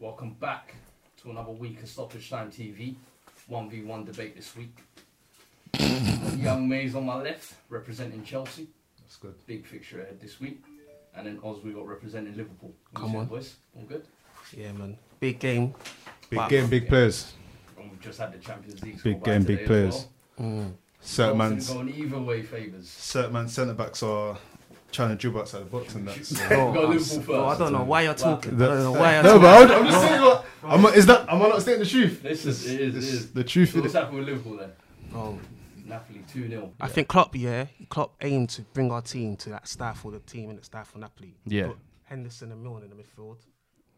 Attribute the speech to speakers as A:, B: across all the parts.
A: Welcome back to another week of Stoppage Time TV. 1v1 debate this week. Young Mays on my left, representing Chelsea.
B: That's good.
A: Big fixture ahead this week. And then Oz, we got representing Liverpool. What
C: Come
A: you say,
C: on.
A: boys. All good?
C: Yeah, man. Big game.
B: Big
C: Wow.
B: game, big players.
A: And we've just had the Champions League. score
B: Big
A: by
B: game,
A: today
B: big
A: as
B: players.
A: Well.
C: Mm.
B: Certain
A: Chelsea
B: man's,
A: going either way favours.
B: certain man's centre backs are trying to dribble outside the box and that's.
A: Go
C: Bro,
A: Liverpool
C: I'm
A: first.
C: so- bro, I don't know why you're talking. I don't know why you're
B: no,
C: talking.
B: but I'm, I'm just saying. Like, I'm not, is that? Am I not stating the truth?
A: This is- it is, it is.
B: the truth.
A: So
B: innit?
A: what's happened with Liverpool then?
C: No.
A: Napoli 2 0.
C: I think Klopp, yeah, Klopp aimed to bring our team to that stifle the team and stifle Napoli. He
B: Yeah.
C: put Henderson and Milner in the midfield.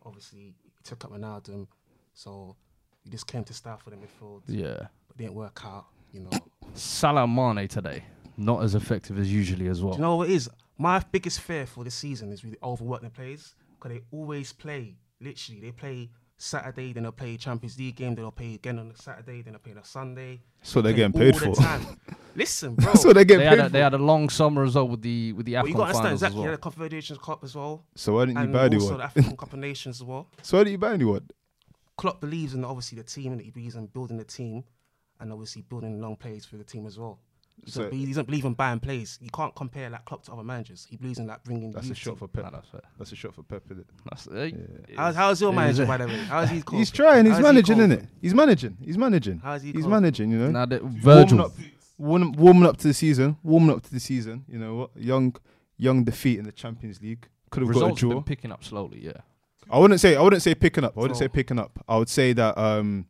C: Obviously, he took up Ronaldo, so he just came to stifle the midfield.
D: Yeah.
C: But didn't work out, you know.
D: Salah Mane today, not as effective as usually as well.
C: Do you know what it is? My biggest fear for this season is really overworking the players because they always play. Literally, they play Saturday, then they'll play Champions League game, then they'll play again on a Saturday, then they'll play on a Sunday.
B: That's what they're
C: Play
B: getting paid for.
C: all the time. Listen, bro.
B: That's what
D: they
B: they're getting
D: had
B: paid
D: a,
B: for.
D: they had a long summer as well with the with the
C: but
D: Afcon
C: you got to understand,
D: finals as
C: exactly. You had
D: well.
C: the Confederations Cup as well.
B: so why didn't you
C: And
B: buy
C: also
B: anyone?
C: the African Cup of Nations as well.
B: So why didn't you buy anyone?
C: Klopp believes in obviously the team and he believes in building the team and obviously building long plays for the team as well. He
B: So-
C: doesn't be- he doesn't believe in buying plays. You can't compare like Klopp to other managers. He believes in like bringing.
D: Mm-hmm.
B: That's a
C: youth
B: shot
C: to-
B: for Pep.
D: Nah, that's fair.
B: That's a shot for Pep, isn't it?
D: That's, eh, it
C: How's,
D: is-
C: how's your
D: it is-
C: manager, by the way? How's he coping?
B: He's trying. He's
C: How's he
B: managing,
C: coping?
B: isn't it? He's managing. He's managing.
C: How's he
B: he's
C: coping?
B: managing. You know.
D: Nah, the-
B: warming
D: Virgil.
B: up, warm, warming up to the season, warming up to the season. You know what? Young, young defeat in the Champions League. Could have got a
D: Results have
B: draw.
D: been picking up slowly, yeah.
B: I wouldn't say. I wouldn't say picking up. I wouldn't
C: So-
B: say picking up. I would say that um,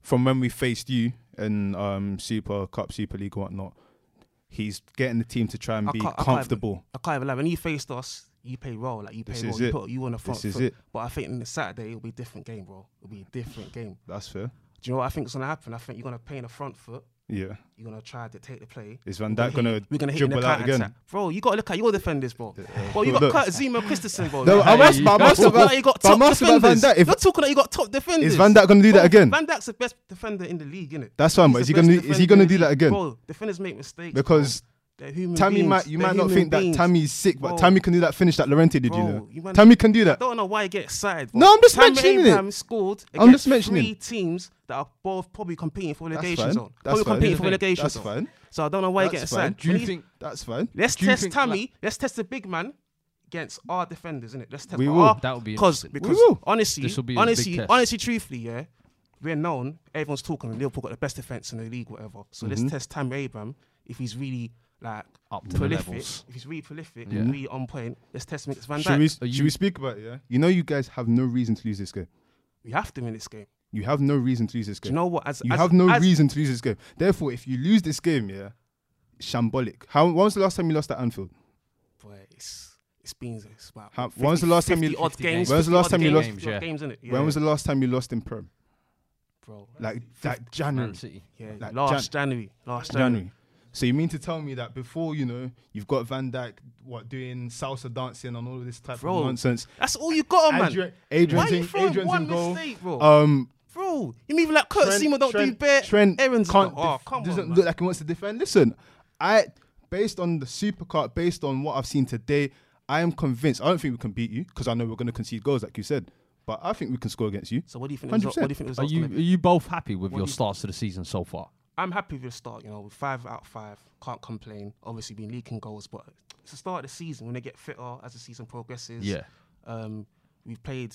B: from when we faced you in um Super Cup, Super League, and whatnot, he's getting the team to try and
C: I
B: be
C: can't- I can't
B: comfortable.
C: I can't even lie. When you faced us, you played well. Like you
B: This
C: played well.
B: is
C: You
B: it.
C: put you on the front
B: This is
C: foot.
B: it.
C: But I think in the Saturday it'll be a different game, bro. It'll be a different game.
B: That's fair.
C: Do you know what I think is gonna happen? I think you're gonna play in the front foot.
B: Yeah.
C: You're gonna try to take the play.
B: Is Van Dijk gonna,
C: We're gonna hit you in
B: dribble
C: the
B: out
C: counter
B: again?
C: attack, bro. You gotta look at your defenders, bro. Bro, you
B: Look,
C: got
B: look.
C: Kurt Zuma, Christensen, bro.
B: No,
C: Like,
B: I'm asked, but I'm
C: you're
B: asked
C: talking
B: about,
C: like you got
B: but
C: top
B: I'm asked about Van
C: defenders.
B: Dijk. If,
C: you're talking like you got top defenders.
B: Van Dijk gonna do that
C: Bro,
B: again?
C: Van Dijk's the best defender in the league, isn't it?
B: that's fine, but is he gonna is he gonna do that again?
C: Bro, defenders make mistakes. bro.
B: Because
C: They're human
B: Tammy
C: beings.
B: might you
C: They're
B: might not think
C: human beings.
B: that Tammy's sick, but
C: Bro.
B: Tammy can do that finish that Llorente did, you
C: Bro,
B: know.
C: you man-
B: Tammy can do that.
C: don't know why you get excited. Bro.
B: No, I'm just
C: Tammy
B: mentioning it.
C: Abraham scored
B: I'm
C: against
B: just mentioning.
C: three teams that are both probably competing for
B: That's
C: relegation
B: fine.
C: zone.
B: That's fine.
C: probably competing
D: Here's
C: for
D: the thing.
C: relegation
B: That's
C: zone.
B: fine.
C: So I don't know why you get
B: That's fine.
C: excited.
D: Do
C: When
D: you think
B: That's fine.
C: Let's
D: do you
C: test
D: think
C: Tammy. let's test the big man against our defenders, innit? Let's test
B: We
C: our-
B: will.
D: That would be
C: because
D: interesting.
C: because
B: will.
C: honestly,
D: This will be a big
C: honestly,
D: test.
C: honestly, truthfully, yeah, we're known. Everyone's talking. Liverpool got the best defense in the league, whatever. So
B: Mm-hmm.
C: let's test Tammy Abraham if he's really like
D: Up to the
C: prolific.
D: levels.
C: If he's really prolific,
D: Yeah.
C: really on point. Let's test him against Van
B: Should
C: Dijk.
B: we,
C: We...
B: should we speak about it, yeah? You know you guys have no reason to lose this game.
C: have to win this game.
B: You have no reason to lose this
C: Do
B: game.
C: you know what? As
B: You
C: as-
B: have no
C: as-
B: reason to lose this game. Therefore, if you lose this game, yeah, shambolic. How? When was the last time you lost at Anfield?
C: Boy, it's it's been it's about
B: How-
C: 50,
B: when was the last time you-
C: 50 odd
D: 50
C: games?
D: games.
B: When was the last time you lost-
C: Games, yeah.
D: Yeah.
C: games innit? Yeah,
B: When was the last time you lost in Prem?
C: bro?
B: Like that January.
D: Man City.
C: yeah,
B: like
C: last January, last January.
B: January. So you mean to tell me that before you know you've got Van Dyke what doing salsa dancing and all of this type
C: Bro,
B: of nonsense?
C: That's all you got on, man.
B: Adrian, Adrian's,
C: Why you
B: in,
C: throwing
B: Adrian's
C: one
B: in goal.
C: mistake, bro?
B: Um,
C: bro, you mean like Kurt
B: Trent-
C: Seymour don't do bare
B: Trent
C: errands?
B: can't
C: though? oh,
B: def-
C: come
B: doesn't
C: on,
B: look
C: man.
B: like he wants to defend. Listen, I based on the supercard, based on what I've seen today, I am convinced. I don't think we can beat you because I know we're going to concede goals, like you said. But I think we can score against you.
C: So what do you think? the Result, what do you think? the
D: Are
C: Results
D: you are
C: gonna be?
D: you both happy with your
C: do you-
D: starts to the season so far?
C: I'm happy with the start. You know, with five out of five, can't complain. Obviously, been leaking goals, but it's the start of the season. When they get fitter as the season progresses,
D: Yeah.
C: Um, we've played,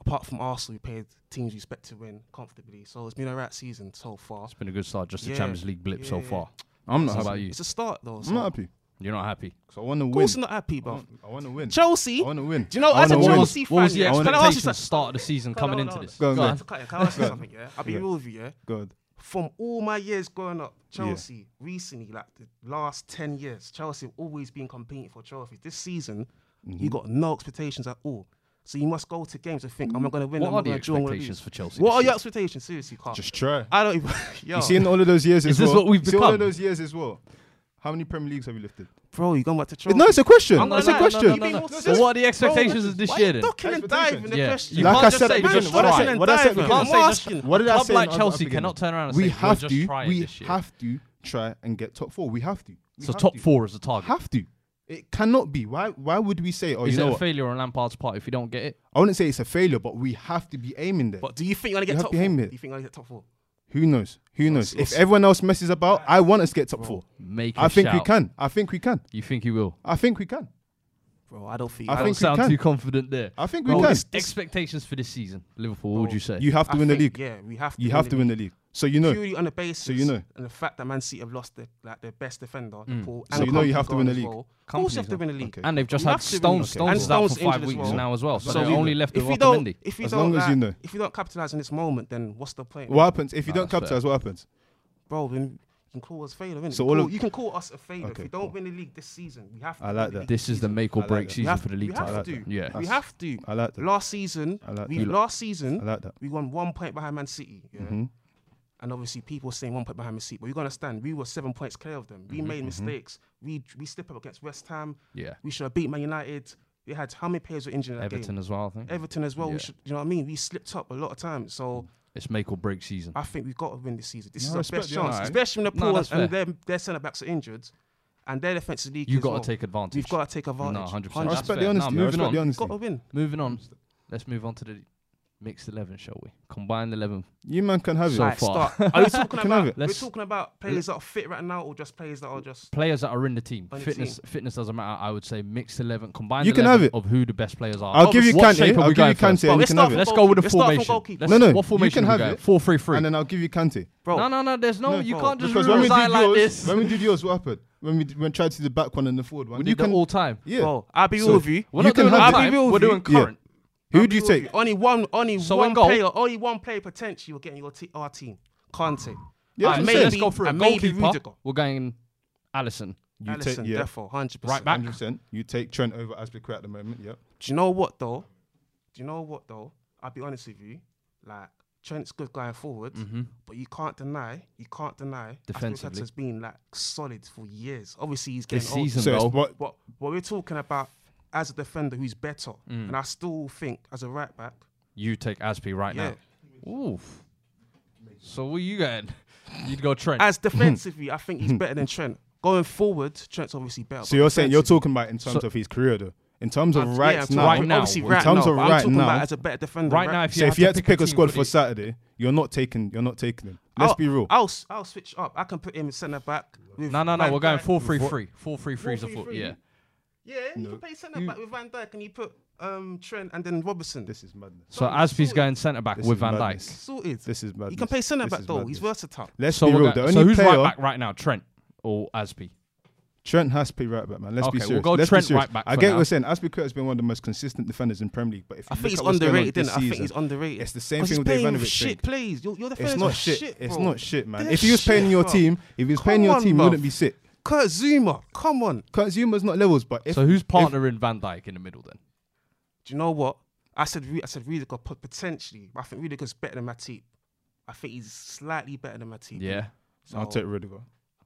C: apart from Arsenal, we played teams we expect to win comfortably. So it's been a right season so far.
D: It's been a good start, just a
C: Yeah.
D: Champions League blip so
C: Yeah.
D: far.
B: I'm
D: How
B: not
D: about
B: happy.
D: you?
C: It's a start though. So
B: I'm not happy.
D: You're not happy.
B: So I want to
C: Of
B: win. Mm.
C: course, I'm not happy, bro.
B: I want to win.
C: Chelsea.
B: I want to win.
C: Do you know,
B: I
C: as a
B: wanna win.
C: Chelsea
D: What was
C: fan,
D: the
C: yeah, can I ask you
D: expectation
C: something?
D: start of the season
C: Hold on,
D: coming
C: hold
D: into
C: on.
D: this?
B: Go on,
D: Go
B: go
D: on.
C: Can I- can I ask you something? Yeah, I'll be
B: Yeah.
C: real with you. Yeah,
B: God.
C: from all my years growing up, Chelsea recently, like the last ten years, Chelsea have always been competing for trophies. This season,
B: Mm-hmm.
C: you got no expectations at all. So you must go to games and think, "Am I going to win?
D: What
C: am
D: are
C: I
D: the
C: going to draw? Am I gonna
D: expectations
C: lose?"
D: for Chelsea
C: What
D: this
C: are
D: year?
C: your expectations? Seriously, Carl.
B: Just try.
C: I don't even. Yo,
B: You seen all of those years as
D: this
B: well?
D: what we've
B: You See all of
D: become?
B: those years as well. How many Premier Leagues have you lifted?
C: bro, you going back to Chelsea?
B: No, it's a question.
D: I'm not
B: It's a
D: lying. No, no,
B: question.
D: no, no, no.
C: Bro,
D: So what are the expectations
C: Why
D: of this
C: are
D: year
C: you
D: then?
C: ducking and diving in the
D: Yeah.
C: question.
D: You
B: Like
D: can't
B: I
D: just
B: said
D: say
B: at
D: we're
B: the
D: just
B: beginning- what I
D: try.
B: said- what I said at the
D: You can't
B: beginning-
D: say just-
C: Asking.
B: What did I
D: club
B: say?
D: like
B: in our-
D: Chelsea
B: our
D: cannot turn
B: beginning?
D: around and
B: we
D: say
B: have
D: we're
B: to.
D: just trying
B: we
D: this year.
B: have to try and get top four. We have to. We
D: so
B: have
D: top
B: to.
D: four is the target.
B: Have to. It cannot be. Why? Why would we say? Oh,
D: Is
B: you know
D: it a
B: what?
D: failure on Lampard's part if you don't get it?
B: I wouldn't say it's a failure, but we have to be aiming there.
C: But do you think you're gonna get
B: have
C: top
B: to
C: four?
B: aim
C: Do
B: it.
C: you think you're gonna get top four?
B: Who knows? Who knows?
C: it's-
B: If everyone else messes about, I want us to get top four.
D: Make.
B: I
D: a
B: think we
D: shout.
B: can. I think we can.
D: You think you will?
B: I think we can.
C: Bro, I don't think.
B: I
D: I
B: think
D: don't
B: we
D: sound
B: can.
D: too confident there.
B: I think we
D: Bro,
B: can.
D: ex- Expectations for this season, Liverpool. What would you say?
B: You have to
C: I
B: win the league.
C: think, Yeah, we have to.
B: You have to win the league. So you know.
C: Purely on the basis.
B: you know.
C: And the fact that Man City have lost their like their best defender, Paul.
B: So
C: and
B: you know you have to win the league.
C: Company gone as well. Of course you have to win
D: Company's
C: the league.
B: Okay.
D: and they've just
C: You
D: had
C: have to win
D: Stones.
C: the-
D: Stones
C: And
D: is out
C: Stones
D: for five
C: injured as
D: weeks
C: well.
D: now as well. So,
B: So
D: they're
B: you-
D: only left
C: if
D: with
C: we don't,
D: Otamendi.
C: if we
B: As
C: don't,
B: long as you
C: like,
B: know.
C: if you don't capitalize on this moment, then what's the point,
B: What happens if you
D: Nah,
B: don't
D: that's fair.
B: capitalize? What happens?
C: bro? Then you can call us failure, innit?
B: So
C: You
B: all
C: call-
B: of-
C: you can call us a failure if
B: Okay,
C: we don't
B: cool.
C: win the league this season. We have to.
B: I
C: win
B: like
C: the
B: that.
C: league
D: This is the
C: season.
D: make or
B: I like
D: break
B: that.
C: We
D: season
C: have-
D: for the league
C: We have
D: title.
C: to do.
D: Yeah.
C: we
B: That's-
C: have to.
B: I like that.
C: Last season,
B: I like
C: we
B: that.
C: last season
B: I like that.
C: we won one point behind Man City. Yeah?
D: Mm-hmm.
C: And obviously, people were saying one point behind Man City, but you got to understand, we were seven points clear of them.
D: Mm-hmm,
C: We made mistakes. We we slipped up against West Ham.
D: Yeah.
C: We should have beat Man United. They had how many players were injured in that
D: Everton
C: game?
D: as well. I think
C: Everton as well.
D: Yeah.
C: We should, you know what I mean? We slipped up a lot of times. So
D: it's make or break season.
C: I think we've got to win this season. This
B: No, I
C: is our
B: respect
C: best
B: you,
C: chance,
D: alright.
C: especially when the
D: No,
C: pool
D: that's
C: and
D: fair.
C: their, their centre backs are injured, and their defensive league.
D: You
C: as
D: got to
C: well.
D: take advantage.
C: We've got to take advantage.
D: No, hundred percent.
B: I
D: That's
B: respect
D: fair.
B: the honesty.
D: Nah,
B: I
D: moving
B: respect
D: on.
B: the honesty.
C: Got to win.
D: Moving on. Let's move on to the mixed eleven, shall we? Combined eleven.
B: You man can have it.
D: So
C: Alright,
D: far.
C: start. Are we talking
B: Can I have
C: about?
B: it?
C: We're
D: Let's-
C: talking about players that are fit right now, or just players that are just.
D: Players that are in the team.
C: On the
D: fitness, fitness doesn't matter. I would say mixed eleven, combined.
B: You can
D: 11
B: have it.
D: Of who the best players are.
B: I'll give you
D: What shape
B: Kante.
D: are
B: I'll
D: we
B: give you
D: going for?
B: Kante,
C: Well,
B: and you
C: let's
B: can have
C: start
B: it.
D: Let's go with the
C: Let's start from
D: formation.
C: goalkeeper.
D: Let's-
B: No, no,
D: What
B: you
D: formation
B: can
D: we
B: have
D: going?
B: it.
D: Four three three.
B: And then I'll give you Kante.
C: Bro,
D: No, no, no. There's no.
B: No,
D: you
C: bro,
D: can't just
B: Because when we
D: rule us out
B: did
D: Mm-hmm. like
B: yours,
D: this.
B: when we did yours, what happened? When we d- when tried to do the back one and the forward one,
D: We
B: you
D: did
B: can
D: that all time.
B: Yeah.
C: Bro, I'll be
B: So-
C: real with you.
D: We're
B: You
D: not
B: can
D: doing
B: have
D: all
B: it.
D: time.
C: I'll be real
D: We're
C: with
D: doing
C: you.
B: Yeah.
D: current.
B: Who do you take?
C: Only one, only
D: So in
C: one
D: goal-
C: player, only one player potentially will get in your t- our team. Conte.
B: Yeah,
D: Alright,
B: I'm
C: And
D: so
B: saying.
D: let's go for a
C: and maybe
D: goalkeeper.
C: Rudiger.
D: We're going Allison.
B: You
C: Alisson,
B: take yeah.
C: therefore, hundred
D: Right
C: percent.
D: back.
B: 100%. You take Trent over Aspicre at the moment. Yeah.
C: Do you know what though? Do you know what though? I'll be honest with you. Like Trent's good going forward, but you can't deny, you can't deny.
D: Defensively.
C: has been like solid for years. Obviously, he's getting
D: This
C: old.
D: season,
B: So it's
D: though.
B: what
C: But what we're talking about as a defender who's better, and I still think as a right back,
D: You take Aspie right
C: yeah.
D: now. Oof. So what you getting? You'd go Trent.
C: As defensively, I think he's better than Trent. Going forward, Trent's obviously better.
B: So you're saying you're talking about in terms of his career though. In terms of right now.
D: right now.
C: obviously
D: In
C: right
B: terms
C: now,
B: of
C: but I'm
B: right
C: talking
B: now-
C: about as a better defender.
D: right now, if you
B: So
D: have
B: if you had to pick
D: team,
B: a squad
D: what
B: for
D: it-
B: Saturday, you're not taking you're not taking him. Let's
C: I'll-
B: be real.
C: I'll s- I'll switch up. I can put him in centre back. with
D: No, no, no.
C: Van
D: We're going
C: Dijk.
D: 4 3 3. 4 3 3 is a
C: 4-3-3.
D: foot. Yeah.
C: Yeah, you can play centre back with Van Dijk, and you put um Trent and then Robertson.
B: This is madness.
D: So
C: Sorry,
D: Aspie's
C: sorry.
D: going centre back
B: This
D: with
B: is
D: Van Dijk.
B: madness.
C: sorted.
B: This is madness.
C: He can play centre
B: This
C: back
B: is
C: though. He's
B: madness.
C: versatile.
B: Let's
D: So,
B: be
D: we're
B: real.
D: go-
B: The
D: so
B: only
D: who's
B: player
D: right back right now? Trent or Aspie?
B: Trent has to be right back, man. Let's be
D: Okay, we'll
B: serious.
D: go
B: Let's be
D: Trent
B: serious.
D: right back
B: I
D: for
B: get
D: now.
B: what you're saying. Aspicre has been one of the most consistent defenders in Premier League, but if
C: I
B: you
C: think
B: look
C: he's
B: at what's going on
C: underrated.
B: this
C: Then I think
B: season-
C: he's underrated.
B: It's the same
C: 'Cause
B: thing
C: he's
B: with the
C: playing
B: Ivanovic
C: shit
B: thing.
C: plays. Your, your defenders
B: It's
C: are
B: not shit. It's
C: bro.
B: not shit, man.
C: They're
B: If he was paying
C: shit,
B: your
C: bro.
B: team, if he was
C: Come
B: paying your
C: on,
B: team, he
C: bruv.
B: wouldn't be sick.
C: Kurt Zuma, come on.
B: Consumer's not levels, but if
D: So who's partnering Van Dijk in the middle then?
C: Do you know what? I said Ru- I said Rudiger pot- potentially, but I think Rudiger's better than Matip. I think he's slightly better than Matip.
D: Yeah.
C: So,
B: I'll take Rudiger.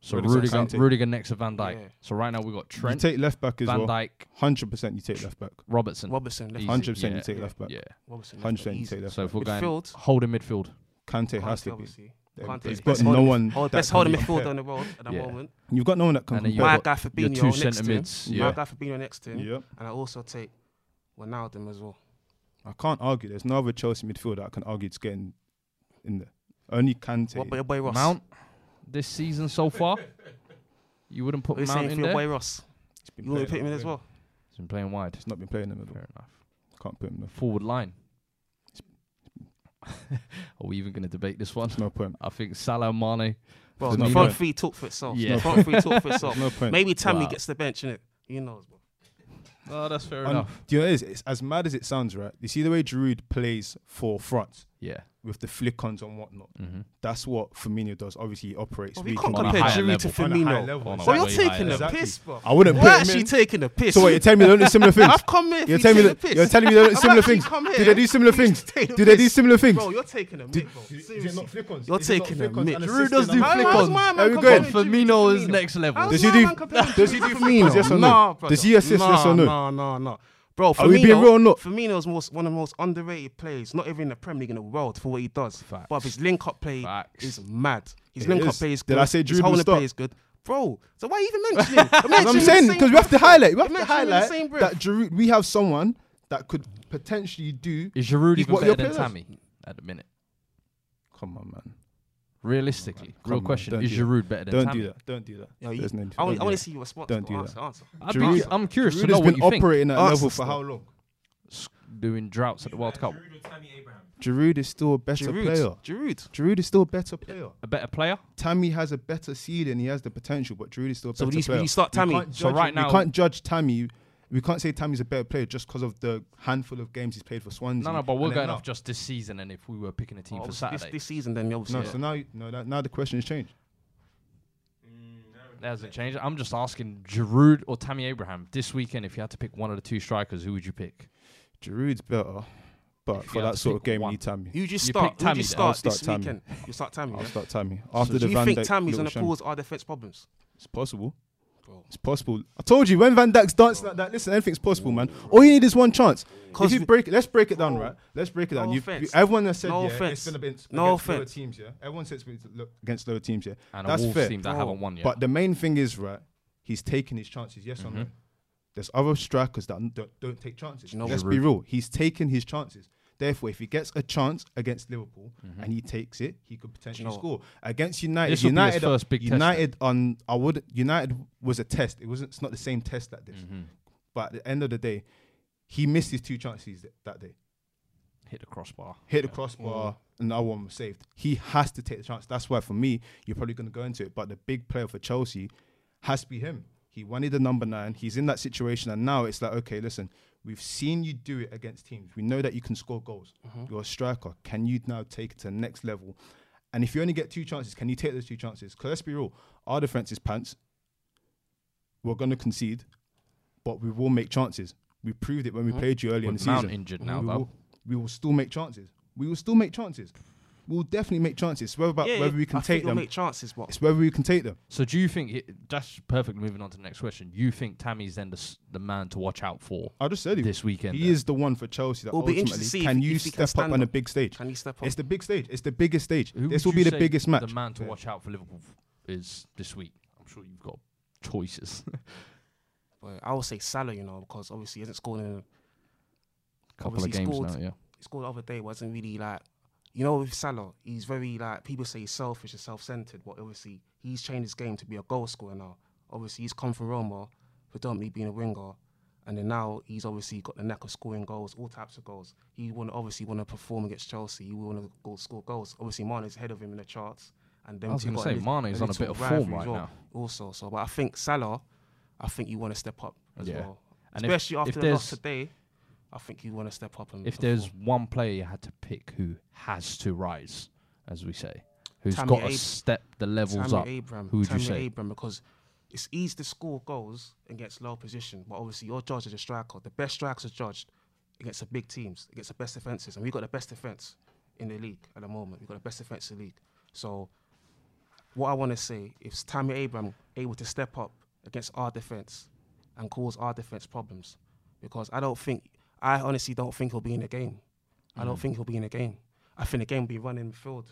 D: So
B: Rudiger's
D: Rudiger,
B: Kante.
D: Rudiger next to Van Dijk.
C: Yeah.
D: So right now we've got
B: You
D: Trent,
B: take left back as
D: Van
B: well.
D: Dijk,
B: Hundred percent, you take left back.
D: Robertson.
C: Robertson. Left,
D: Easy.
B: Hundred percent,
D: Yeah,
B: you take left back.
D: Yeah.
C: Robertson. left,
B: Hundred percent, you
C: easy.
B: take left
D: So
B: back.
D: if we're going
C: Midfield.
D: holding midfield,
B: Kante has
C: Kante,
B: to be.
C: obviously.
B: Yeah,
C: Kante.
B: he's
C: Best
B: got no
C: holding-
B: one
C: Hold,
B: that
C: best
B: can
C: holding
B: compare.
C: midfield on the road at the
D: Yeah.
C: moment.
B: You've got no one that can
D: and then you
B: compare.
C: My
D: got
C: guy
D: your
C: Fabinho
D: two
C: next
D: centre
C: to him.
D: mids.
C: My
D: Yeah.
C: guy Fabinho next to him.
B: Yeah.
C: And I also take Wijnaldum as well.
B: I can't argue. There's no other Chelsea midfielder I can argue to get in, in there. Only Kante.
C: What about your boy Ross?
D: Mount this season so far. You wouldn't put
C: What are you
D: Mount
C: saying for
D: in
C: your
D: there.
C: boy Ross?
B: He's been
C: You want to
B: playing in
C: put him in
B: the
C: as
B: middle.
C: well?
D: He's been playing wide.
B: He's not been playing in the middle.
D: Fair enough.
B: Can't put him there.
D: Forward line. Are we even going to debate this one?
B: There's no point.
D: I think Salah Mane.
C: Bro,
D: There's
C: the
D: no
C: front
B: point.
C: three talk for itself.
D: Yeah.
C: Yeah. Front three talk for itself.
B: There's no point.
C: Maybe Tammy
D: Wow.
C: gets the bench in it. Who knows, bro?
D: Oh, that's fair
B: And do you know what it is? It's as mad as it sounds, right? You see the way Giroud plays for France
D: Yeah.
B: with the flick-ons and whatnot.
D: Mm-hmm.
B: That's what Firmino does. Obviously, he operates.
C: Well, we
B: weak and
C: can't
D: on a
C: compare
D: higher
C: Giroud to
B: weak. On a high
C: Firmino.
B: level.
D: On a
C: Bro, you're
D: way
C: taking
D: higher
C: the
B: Exactly.
C: piss, bro.
B: I wouldn't
C: You're
B: put him
C: actually
B: in.
C: taking the piss.
B: So what? You're telling me they don't do similar things?
C: I've come here.
B: You're
C: for you
B: telling me
C: to
B: that-
C: take the piss.
B: you're telling me they don't do
C: I've
B: similar
C: actually
B: things.
C: come
B: Do
C: here
B: they do similar
C: to
B: things?
C: take the
B: Do they do
C: piss.
B: similar things?
C: Bro, you're taking a mick, bro. Seriously.
B: flick-ons?
C: You're
B: Is it not
C: taking a
B: flick-ons
C: mick.
B: and
D: Giroud
B: assists
D: does
B: and
D: do
B: all that?
D: flick-ons.
B: There we
D: But
B: go.
C: Comparing
D: Firmino
C: Giroud
D: is
C: to Firmino.
D: next level.
C: How's
B: Does he
C: my
B: do-
C: man comparing Giroud
B: does he
C: to
B: do
C: Firmino?
B: flick-ons, yes or no?
C: Nah, brother.
B: Does he assist, yes or no?
C: Nah, nah, nah. Bro, Firmino,
B: Are we being real or not?
C: Firmino's most, one of the most underrated players, not even in the Premier League in the world, for what he does.
D: Facts.
C: But his link up play
D: Facts.
C: is mad. His
B: It
C: link up
B: is.
C: play is
B: Did
C: good.
B: I say Giroud
C: His
B: will
C: holding
B: start?
C: play is good. bro. So why even mentioning? You're
B: Because I'm
C: mentioning the
B: saying
C: same
B: because we have to highlight. We have
C: You're
B: to
C: mentioning the
B: highlight
C: same breath.
B: that Giroud. We have someone that could potentially do.
D: Is Giroud
B: He's
D: even
B: what your
D: better than
B: players.
D: Tammy at the minute?
B: Come on, man.
D: Realistically,
B: Come
D: real
B: on,
D: question:
B: don't
D: Is
B: do that.
D: Giroud better than
B: Don't
D: Tammy?
B: do that. Don't do that.
C: Yo, you,
B: There's no need
C: I,
B: don't
C: want,
B: do
C: I want
B: that.
C: to see your response.
B: Don't do
C: answer,
B: that.
C: Answer.
D: I'd
B: Giroud-
D: be, cu- I'm curious
B: Giroud
D: to know
B: has
D: what
B: been
D: you think.
B: operating at that
C: Ask
B: level
C: us
B: for
C: now.
B: how long?
D: S- Doing droughts at the World Cup.
E: Giroud or Tammy Abraham?
B: Giroud is still a better player.
C: Giroud, Giroud.
B: Giroud is still a better player.
D: A better player.
B: Tammy has a better seed and he has the potential, but Giroud is still a better
C: So would you-
B: player.
C: would you start
B: We
C: Tammy?
B: can't
D: So
B: judge-
D: right now-
B: we can't judge Tammy. We can't say Tammy's a better player just because of the handful of games he's played for Swansea.
D: No, no, but we're
B: And then
D: going
B: now-
D: off just this season, and if we were picking a team
C: Oh,
D: for
C: obviously, this,
D: Saturday,
C: this season, then
B: No,
C: obviously.
B: so now you, no, that, now the question has changed.
E: Mm, no,
D: that hasn't changed. I'm just asking Giroud or Tammy Abraham this weekend. If you had to pick one of the two strikers, who would you pick?
B: Giroud's better, but
D: If you
B: for
D: had
B: that
D: to
B: sort of
D: pick
B: game,
D: one.
B: you need Tammy.
C: You just
D: You
C: start.
D: pick
C: You
D: Tammy
C: just
D: then.
B: I'll
C: start
B: start
C: this
B: Tammy.
C: weekend. You start Tammy.
B: I'll
C: yeah?
B: start Tammy after the
C: Do you
B: Van
C: think
B: Dijk
C: Tammy's
B: little
C: going to
B: shank.
C: cause our defense problems?
B: It's possible.
C: Bro.
B: It's possible. I told you when Van Dijk's dancing like that. Listen, anything's possible, man. All you need is one chance. If
C: Cause
B: you
C: we-
B: break, it, let's break it down,
C: Bro,
B: right? Let's break it down.
C: no
B: you, you,
C: offense.
B: everyone has said
C: No
B: yeah,
C: offense.
B: it's been a bit
C: No
B: against lower
C: offense.
B: teams, yeah. Everyone says it's been against lower teams, yeah.
D: And
B: That's
D: a Wolves
B: fair.
D: team that
C: Bro,
D: haven't won yet.
B: But the main thing is, right? He's taking his chances. Yes or no?
D: Mm-hmm.
B: There's other strikers that don't, don't take chances.
C: You know
B: Let's
D: what?
B: be real. He's taking his chances. Therefore, if he gets a chance against Liverpool and he takes it, he could potentially
C: know what?
B: score against United.
D: Mm-hmm. This will be his
B: United,
D: first big test,
B: United on I would United was a test. It wasn't. It's not the same test that this.
D: Mm-hmm.
B: But at the end of the day, he missed his two chances th- that day.
D: Hit the crossbar.
B: Hit the crossbar, and that one was saved. He has to take the chance. That's why for me, you're probably going to go into it. But the big player for Chelsea has to be him. He wanted the number nine. He's in that situation, and now it's like, okay, listen, we've seen you do it against teams. We know that you can score goals. You're a striker. Can you now take it to the next level? And if you only get two chances, can you take those two chances? Because let's be real, our defense is pants. We're going to concede, but we will make chances. We proved it when we played you earlier in
D: With
B: the
D: Mount
B: season.
D: injured now,
B: we
D: though.
B: will, we will still make chances. We will still make chances. We will definitely make chances. Whether about whether we can
C: I think
B: take
C: you'll
B: them,
C: make chances, but
B: it's whether we can take them.
D: So do you think it, that's perfect? Moving on to the next question. You think Tammy's then the, s- the man to watch out for
B: I just said it.
D: this weekend?
B: He
D: then?
B: is the one for Chelsea that
C: We'll be interested to
B: ultimately
C: see if-
B: can you
C: if he
B: step
C: can
B: up
C: stand
B: on a
C: up.
B: big stage.
C: can you step up?
B: It's the big stage. It's the biggest stage.
D: Who
B: this
D: would
B: will be
D: you
B: the
D: say
B: biggest match.
D: The man to
B: Yeah.
D: watch out for Liverpool is this week. I'm sure you've got choices.
C: Well, I would say Salah, you know, because obviously he hasn't scored in.
D: Couple
C: Obviously
D: of games
C: scored.
D: now, yeah.
C: He scored the other day. Wasn't really like, you know, with Salah, he's very like people say he's selfish and self-centered, but obviously he's changed his game to be a goal scorer now. Obviously he's come from Roma, predominantly being a winger, and then now he's obviously got the knack of scoring goals, all types of goals. He want obviously want to perform against Chelsea. He want to go score goals. Obviously Mane's ahead of him in the charts, and then
D: I was gonna say, Mane's on a bit of form right now.
C: Also, so but I think Salah, I think you want to step up as
D: Yeah.
C: well,
D: And if-
C: especially
D: if
C: after the
D: there's-
C: loss today. I think you want to step up and
D: If
C: perform.
D: there's one player you had to pick who has to rise, as we say, who's
C: Tammy
D: got to
C: Ab-
D: step the levels
C: Tammy
D: up,
C: Abraham.
D: who would
C: Tammy
D: you say?
C: Abraham, because it's easy to score goals against low position, but obviously you're judged as a striker. The best strikers are judged against the big teams, against the best defenses, and we got the best defense in the league at the moment. We got the best defense in the league. So, what I want to say is Tammy Abraham able to step up against our defense and cause our defense problems, because I don't think I honestly don't think he'll be in the game. I
D: Mm.
C: don't think he'll be in the game. I think the game will be running midfield.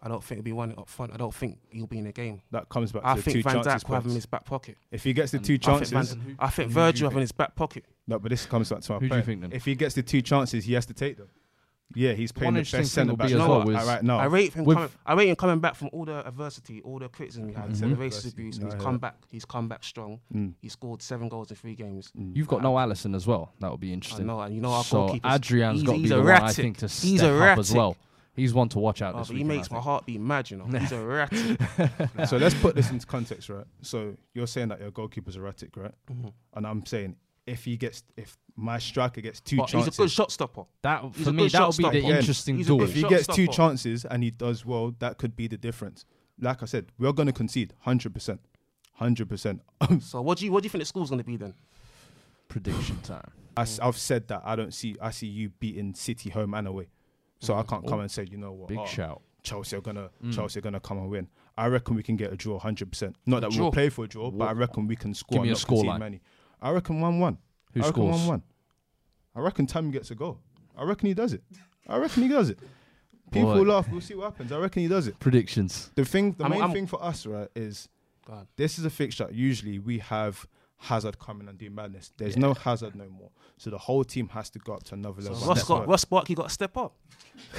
C: I don't think he'll be running up front. I don't think he'll be in the game.
B: That comes back to
C: I
B: the
C: think
B: two
C: Van
B: chances.
C: Dijk will have him in
B: points.
C: his back pocket.
B: If he gets the two chances, Mm-hmm.
C: I think, Van, I think Virgil have in his back pocket.
B: no, but this comes back to my
D: Who do you
B: point.
D: think then?
B: If he gets the two chances, he has to take them. Yeah, he's playing
D: one
B: the
D: interesting
B: best
D: thing
B: centre
D: will
B: back
D: be
B: you
D: as
B: know
D: well
B: what,
D: is-
B: right now.
C: I rate him.
D: With-
C: Coming, I rate him coming back from all the adversity, all the criticism he had,
B: Mhm.
C: the racist
B: Adversity,
C: abuse.
B: no,
C: he's
B: yeah.
C: come back. He's come back strong.
B: Mm.
C: He scored seven goals in three games.
D: You've got no Allison as well. That would be
C: I
D: interesting.
C: know, and you know our
D: so
C: goalkeeper.
D: Adrian's
C: he's,
D: got to be
C: he's
D: the one
C: erratic.
D: I think to step
C: he's
D: up
C: erratic.
D: as well. He's one to watch out
C: Oh,
D: this
C: but
D: week.
C: he makes my heart beat mad. You know, he's erratic.
B: So let's put this into context, right? So you're saying that your goalkeeper's erratic, right?
C: Mm-hmm.
B: And I'm saying if he gets, if my striker gets two
C: But he's a
B: chances,
C: good shot stopper.
D: That
C: He's
D: for
C: a
D: me,
C: good
D: that would
C: shot
D: be the
C: stopper.
D: interesting
C: He's a good
D: duel.
B: if he
C: shot
B: gets two
C: stopper.
B: chances and he does well, that could be the difference. Like I said, we're going to concede 100%. 100%.
C: So what do you what do you think the score's going to be then?
D: Prediction time.
B: I,
C: Mm.
B: have said that I don't see, I see you beating City home and away. So I
C: Mm.
B: can't come and say, you know what,
D: Big
B: oh,
D: shout.
B: Chelsea are gonna Chelsea are gonna come and win. I reckon we can get a draw 100. percent Not that
C: draw?
B: we'll play for a draw, but I reckon we can score.
D: me
B: and
D: a
B: not concede
D: scoreline.
B: Many. I reckon one-one.
D: Who
B: I reckon
D: scores?
B: One-one. I reckon Tammy gets a goal. I reckon he does it. I reckon he does it. People
D: Boy.
B: laugh. We'll see what happens. I reckon he does it.
D: Predictions.
B: The thing, the
C: I'm-
B: main
C: I'm-
B: thing for us, right, is
C: God.
B: This is a fixture. Usually we have Hazard coming and do madness. There's no Hazard no more. So the whole team has to go up to another level.
C: Ross
B: That's
C: got
B: why-
C: Ross Barkley got to step up.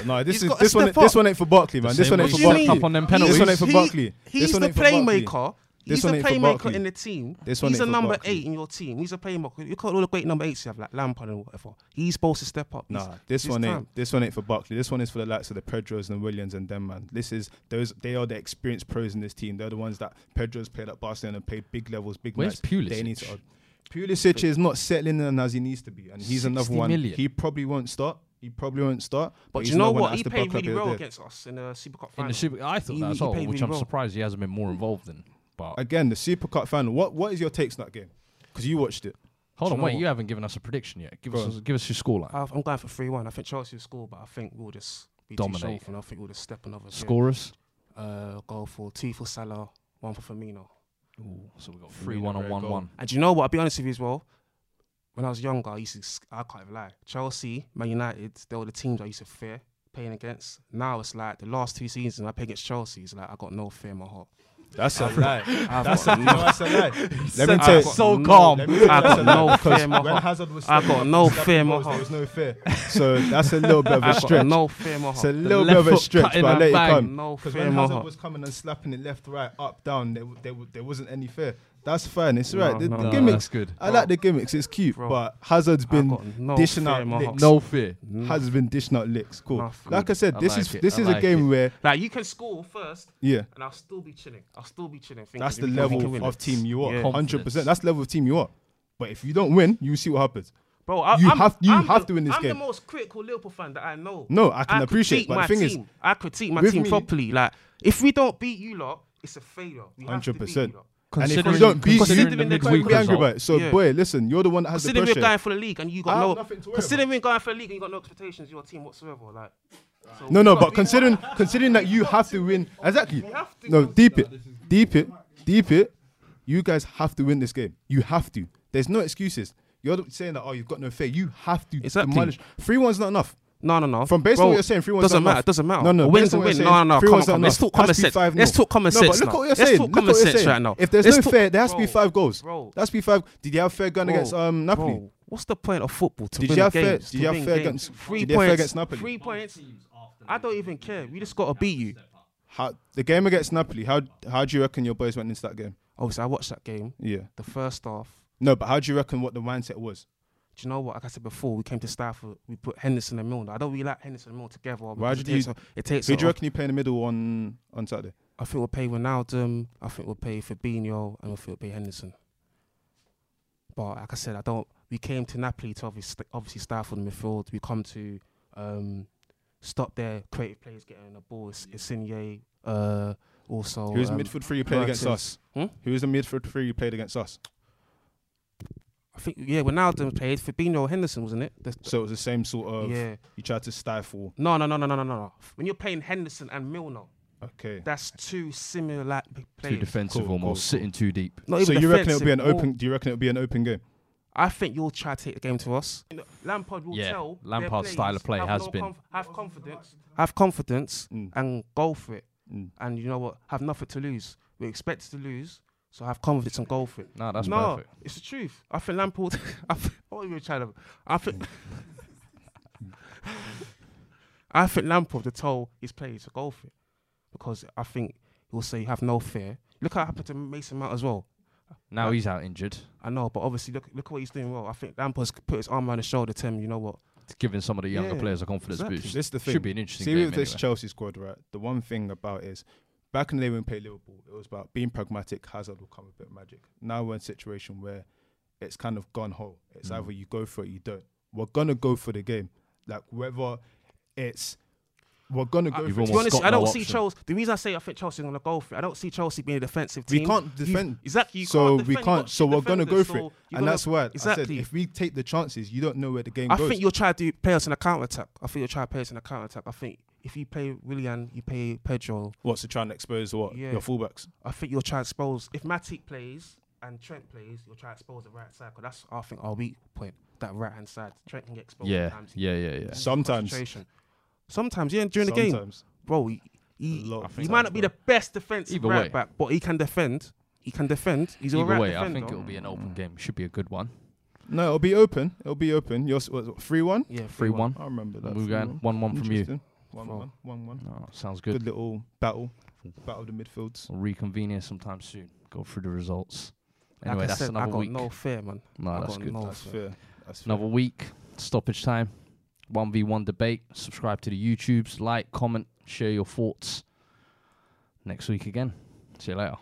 B: No, this
C: He's
B: is
C: gotta
B: this one.
C: step
B: This
C: up.
B: one ain't for Barkley, man. This
D: same
B: one
D: way
B: ain't for
D: he
C: Do you
B: Barkley.
D: stepped
C: mean?
D: up on them
C: He's-
D: penalties.
B: This one ain't for
C: he-
B: Barkley.
C: He's
B: This one
C: the
B: ain't for Barkley.
C: playmaker.
B: This
C: He's the
B: one ain't for
C: playmaker
B: Barkley.
C: in the team.
B: This one
C: He's a
B: ain't for
C: number
B: Barkley.
C: eight in your team. He's a playmaker. You call all the great number eights you have, like Lampard and whatever. He's supposed to step up.
B: Nah,
C: He's-
B: this
C: he's
B: one
C: time.
B: ain't. This one ain't for Barkley. This one is for the likes of the Pedros and Williams and them man. This is those. They are the experienced pros in this team. They're the ones that Pedros played at Barcelona, played big levels, big
D: Where's
B: nights. They need
D: Pulisic?
B: to. Pulisic is not settling in as he needs to be, and he's another
D: 60
B: one.
D: million.
B: He probably won't start. He probably won't start.
C: But
B: he's
C: you know
B: another one
C: what?
B: that has
C: He
B: to
C: played
B: buck up
C: really
B: here
C: well
B: there.
C: against us in the Super Cup
D: in
C: final.
D: the Super. I thought
C: He-
D: that as
C: he
D: well,
C: played
D: which
C: really
D: I'm
C: well.
D: surprised he hasn't been more involved in. But
B: Again, the Super Cup final. What What is your takes on that game? Because you watched it.
D: hold on,
B: know
D: wait,
B: what?
D: you haven't given us a prediction yet. Give us, give us your scoreline.
C: I've- I'm going for three one. I think Chelsea will score, but I think we'll just be
D: Dominate.
C: too sharp and I think we'll just step another. Score.
D: Scorers.
C: Uh, goal for two for Salah, one for Firmino.
D: Ooh, so we got three one on one one.
C: And do you know what? I'll be honest with you as well. When I was younger, I used to, s- I can't even lie. Chelsea, Man United, they were the teams I used to fear playing against. Now it's like the last two seasons when I play against Chelsea, it's like I got no fear in my heart.
B: That's a lie.
C: I've
B: That's a
C: got
B: no.
C: no,
B: That's a lie. Let me
C: I've
B: tell you.
C: got
D: so
C: no-
D: calm.
B: Let me tell you
C: I've
B: that's
C: got
B: a lie,
C: no
B: because
C: fear in my
B: when
C: heart.
B: Hazard was
C: I've
B: setting
C: got
B: up
C: no
B: and stabbing
C: fear in my
B: goals, There
C: heart.
B: was no fear. So that's a little bit of a
C: I've got
B: stretch.
C: no fear in my
B: It's a
C: heart.
B: little
D: left
B: bit of a
D: foot
B: stretch,
D: cutting
B: but I
D: and
B: let it
D: bang.
B: come.
C: No
B: Because
C: fear
B: when
C: in my
B: Hazard
C: heart.
B: was coming and slapping it left, right, up, down, there, w- there, w- there wasn't any fear. That's fine. It's right.
C: No,
B: the,
C: no,
B: the
C: no,
B: gimmicks.
D: that's good.
B: I like the gimmicks. It's cute.
C: Bro,
B: but Hazard's been
C: got no
B: dishing
C: fear
B: out
C: in my
B: licks.
C: heart.
D: No fear.
B: Hazard's been dishing out licks. Cool.
C: Nothing.
B: Like I said,
D: I
B: this
D: like
B: is
D: it,
B: this
D: I
B: is a
D: like
B: game
D: it.
B: where
C: Like you can score first,
B: yeah.
C: and I'll still be chilling. I'll still be chilling. thinking
B: That's
C: we
B: the
C: can- we can
B: level
C: win
B: of
C: it.
B: team you are.
C: Yeah.
B: Hundred percent.
D: Confidence.
B: That's the level of team you are. But if you don't win, you see what happens.
C: Bro, I,
B: You
C: I'm,
B: have- you
C: I'm
B: have
C: the,
B: to win this
C: I'm
B: game.
C: the most critical Liverpool fan that I know.
B: No, I can
C: I
B: appreciate,
C: critique
B: but the
C: my
B: thing is-
C: team. I critique my
B: With
C: team
B: me-
C: properly. Like, if we don't beat you lot, it's a failure. We have
B: Hundred
C: to beat
B: percent.
C: you lot.
B: And if you
D: Considering-
B: don't beat you,
D: considering
B: you
C: the
B: can't
C: midweek
B: be angry
D: result.
B: about it. So,
C: Yeah.
B: boy, listen, you're the one that has the
C: Considering we're
B: pressure.
C: going for the league and you
B: I have
C: got
B: nothing to
C: no,
B: worry
C: considering we're going for the league and you got no expectations, you're a team whatsoever. Like,
B: No,
C: so we
B: no,
C: gotta
B: but
C: beat them.
B: considering considering that you have to win exactly.
C: have to
B: No,
C: win.
B: deep it, deep it, deep it. You guys have to win this game. You have to. There's no excuses. You're saying that oh you've got no faith. You have to
C: Exactly.
B: demolish. Three one's not enough.
C: no, no, no.
B: From based
C: Bro,
B: on what you're saying, three one's
C: doesn't
B: not
C: matter.
B: enough.
C: Doesn't matter.
B: No, no,
C: A
B: based
C: win's a
B: on what
C: win.
B: you're
C: No, no,
B: saying,
C: no.
B: three
C: Come on,
B: one's not
C: come on. Let's
B: enough.
C: talk common
B: Has to be
C: sense.
B: 5-0.
C: Let's talk common
B: No, but
C: sense now.
B: look at what you're
C: Let's
B: saying.
C: talk
B: Look at
C: common
B: what you're
C: sense
B: saying.
C: right now.
B: If there's
C: Let's
B: no
C: talk-
B: fair, there has to be
C: Bro,
B: five goals.
C: bro.
B: That's be five. Did you have fair gun against
C: Bro,
B: um Napoli?
C: bro, what's the point of football? To
B: Did
C: win
B: you have
C: games,
B: fair-
C: to
B: did you have
C: win
B: fair
C: games.
B: against-
C: three
B: did you
C: points
B: have fair against Napoli?
C: Three points. I don't even care. We just got to beat you.
B: How, the game against Napoli. How how do you reckon your boys went into that game?
C: Obviously, I watched that game.
B: Yeah.
C: The first half.
B: No, but how do you reckon what the mindset was?
C: Do you know what? Like I said before, we came to Stafford. We put Henderson and Milner. I don't really like Henderson and Milner together.
B: Why
C: because
B: did
C: it takes
B: you-
C: a- It takes.
B: Who
C: a-
B: do you reckon you play in the middle on on Saturday?
C: I think we'll pay Ronaldo. I think we'll pay Fabinho, and I think we'll pay Henderson. But like I said, I don't. We came to Napoli to obviously, obviously Stafford midfield. We come to um, stop their creative players getting the ball. It's Insigne, uh, also.
B: Who's
C: um,
B: midfield three you played against us?
C: Mertens. Hmm?
B: Who is the midfield three you played against us?
C: I think yeah, Ronaldo played. Fabinho, Henderson, wasn't it? The-
B: So it was the same sort of.
C: Yeah.
B: You tried to stifle.
C: No, no, no, no, no, no, no, no. When you're playing Henderson and Milner,
B: Okay.
C: that's two similar like, players.
D: Too defensive
B: Cool,
D: almost,
B: cool,
D: sitting too deep.
C: Not
B: so
C: even
B: you reckon it'll be an
C: defensive,
B: open?
C: all-
B: Do you reckon it'll be an open game?
C: I think you'll try to take the game to us. You know, Lampard will
D: Yeah,
C: tell. their
D: Lampard's style of
C: players,
D: play
C: have
D: has
C: no
D: been-
C: conf- have confidence. Have confidence
B: Mm.
C: and go for it.
B: Mm.
C: And you know what? Have nothing to lose. We expect to lose, so have confidence and go for it.
D: No, that's
C: no,
D: perfect.
C: it's the truth. I think Lampard. I think, what are you trying to? I think. I think Lampard to tell his players to go for it because I think he'll say have no fear. Look how it happened to Mason Mount as well.
D: Now he's out injured,
C: I know, but obviously look look what he's doing well. I think Lampard's put his arm around his shoulder, Tim. You know what?
D: It's giving some of the younger
C: Yeah,
D: players a confidence
C: exactly.
D: boost.
B: This is the thing.
D: Should be an interesting
B: See
D: game.
B: with this
D: anyway.
B: Chelsea squad, right? The one thing about is back in the day when we played Liverpool, it was about being pragmatic. Hazard will come a bit of magic. Now we're in a situation where it's kind of gone whole. It's
C: Mm.
B: either you go for it, you don't. We're gonna go for the game, like whether it's we're gonna go.
D: You've
B: for it.
C: To be
D: almost
C: honest,
D: got
C: I don't
D: no
C: see
D: option.
C: Chelsea. The reason I say I think Chelsea's gonna go for it, I don't see Chelsea being a defensive
B: We
C: team.
B: can't
C: You-
B: defend.
C: exactly. You
B: so
C: can't defend,
B: we
C: you've got
B: can't.
C: shit
B: So we're gonna go
C: defenders,
B: for it,
C: so you're
B: and
C: gonna-
B: that's why I said
C: Exactly.
B: if we take the chances, you don't know where the game
C: I
B: goes.
C: think you'll try to do players in a counter attack. I think you'll try players in a counter attack. I think if you play Willian, you play Pedro.
B: What's to try and expose what
C: Yeah.
B: your fullbacks?
C: I think you'll try to expose if Matic plays and Trent plays, you'll try to expose the right side. 'cause that's I think our weak point. That right hand side, Trent can get exposed.
D: Yeah,
C: sometimes.
D: yeah, yeah, yeah.
B: Sometimes.
C: Concentration. Sometimes, yeah, during the game.
B: Sometimes.
C: bro, he, he,
B: lot of
C: he
B: things
C: might not be the best defensive
D: Either
C: right
D: way.
C: back, but he can defend. He He can defend. He's
D: Either
C: alright.
D: way, I
C: defender.
D: think it'll be an open game. Should be a good one.
B: No, it'll be open. It'll be open. Yours was three one.
C: yeah,
D: Three one.
B: I remember that.
D: We're going
B: 3-1.
D: one one from you.
B: Interesting. One
D: Four.
B: one. One one.
D: No, sounds
B: Good.
D: good.
B: little battle. Battle of the midfields.
D: We'll reconvene here sometime soon. Go through the results.
C: Like
D: Anyway,
C: I
D: that's
C: said, I
D: another
C: got
D: week.
C: no fear, man.
D: no,
C: I
D: that's
C: got
D: good.
C: no
B: That's
C: fear.
B: fair. That's fair.
D: Another week. Stoppage time. One v one debate. Subscribe to the YouTubes. Like, comment, share your thoughts. Next week again. See you later.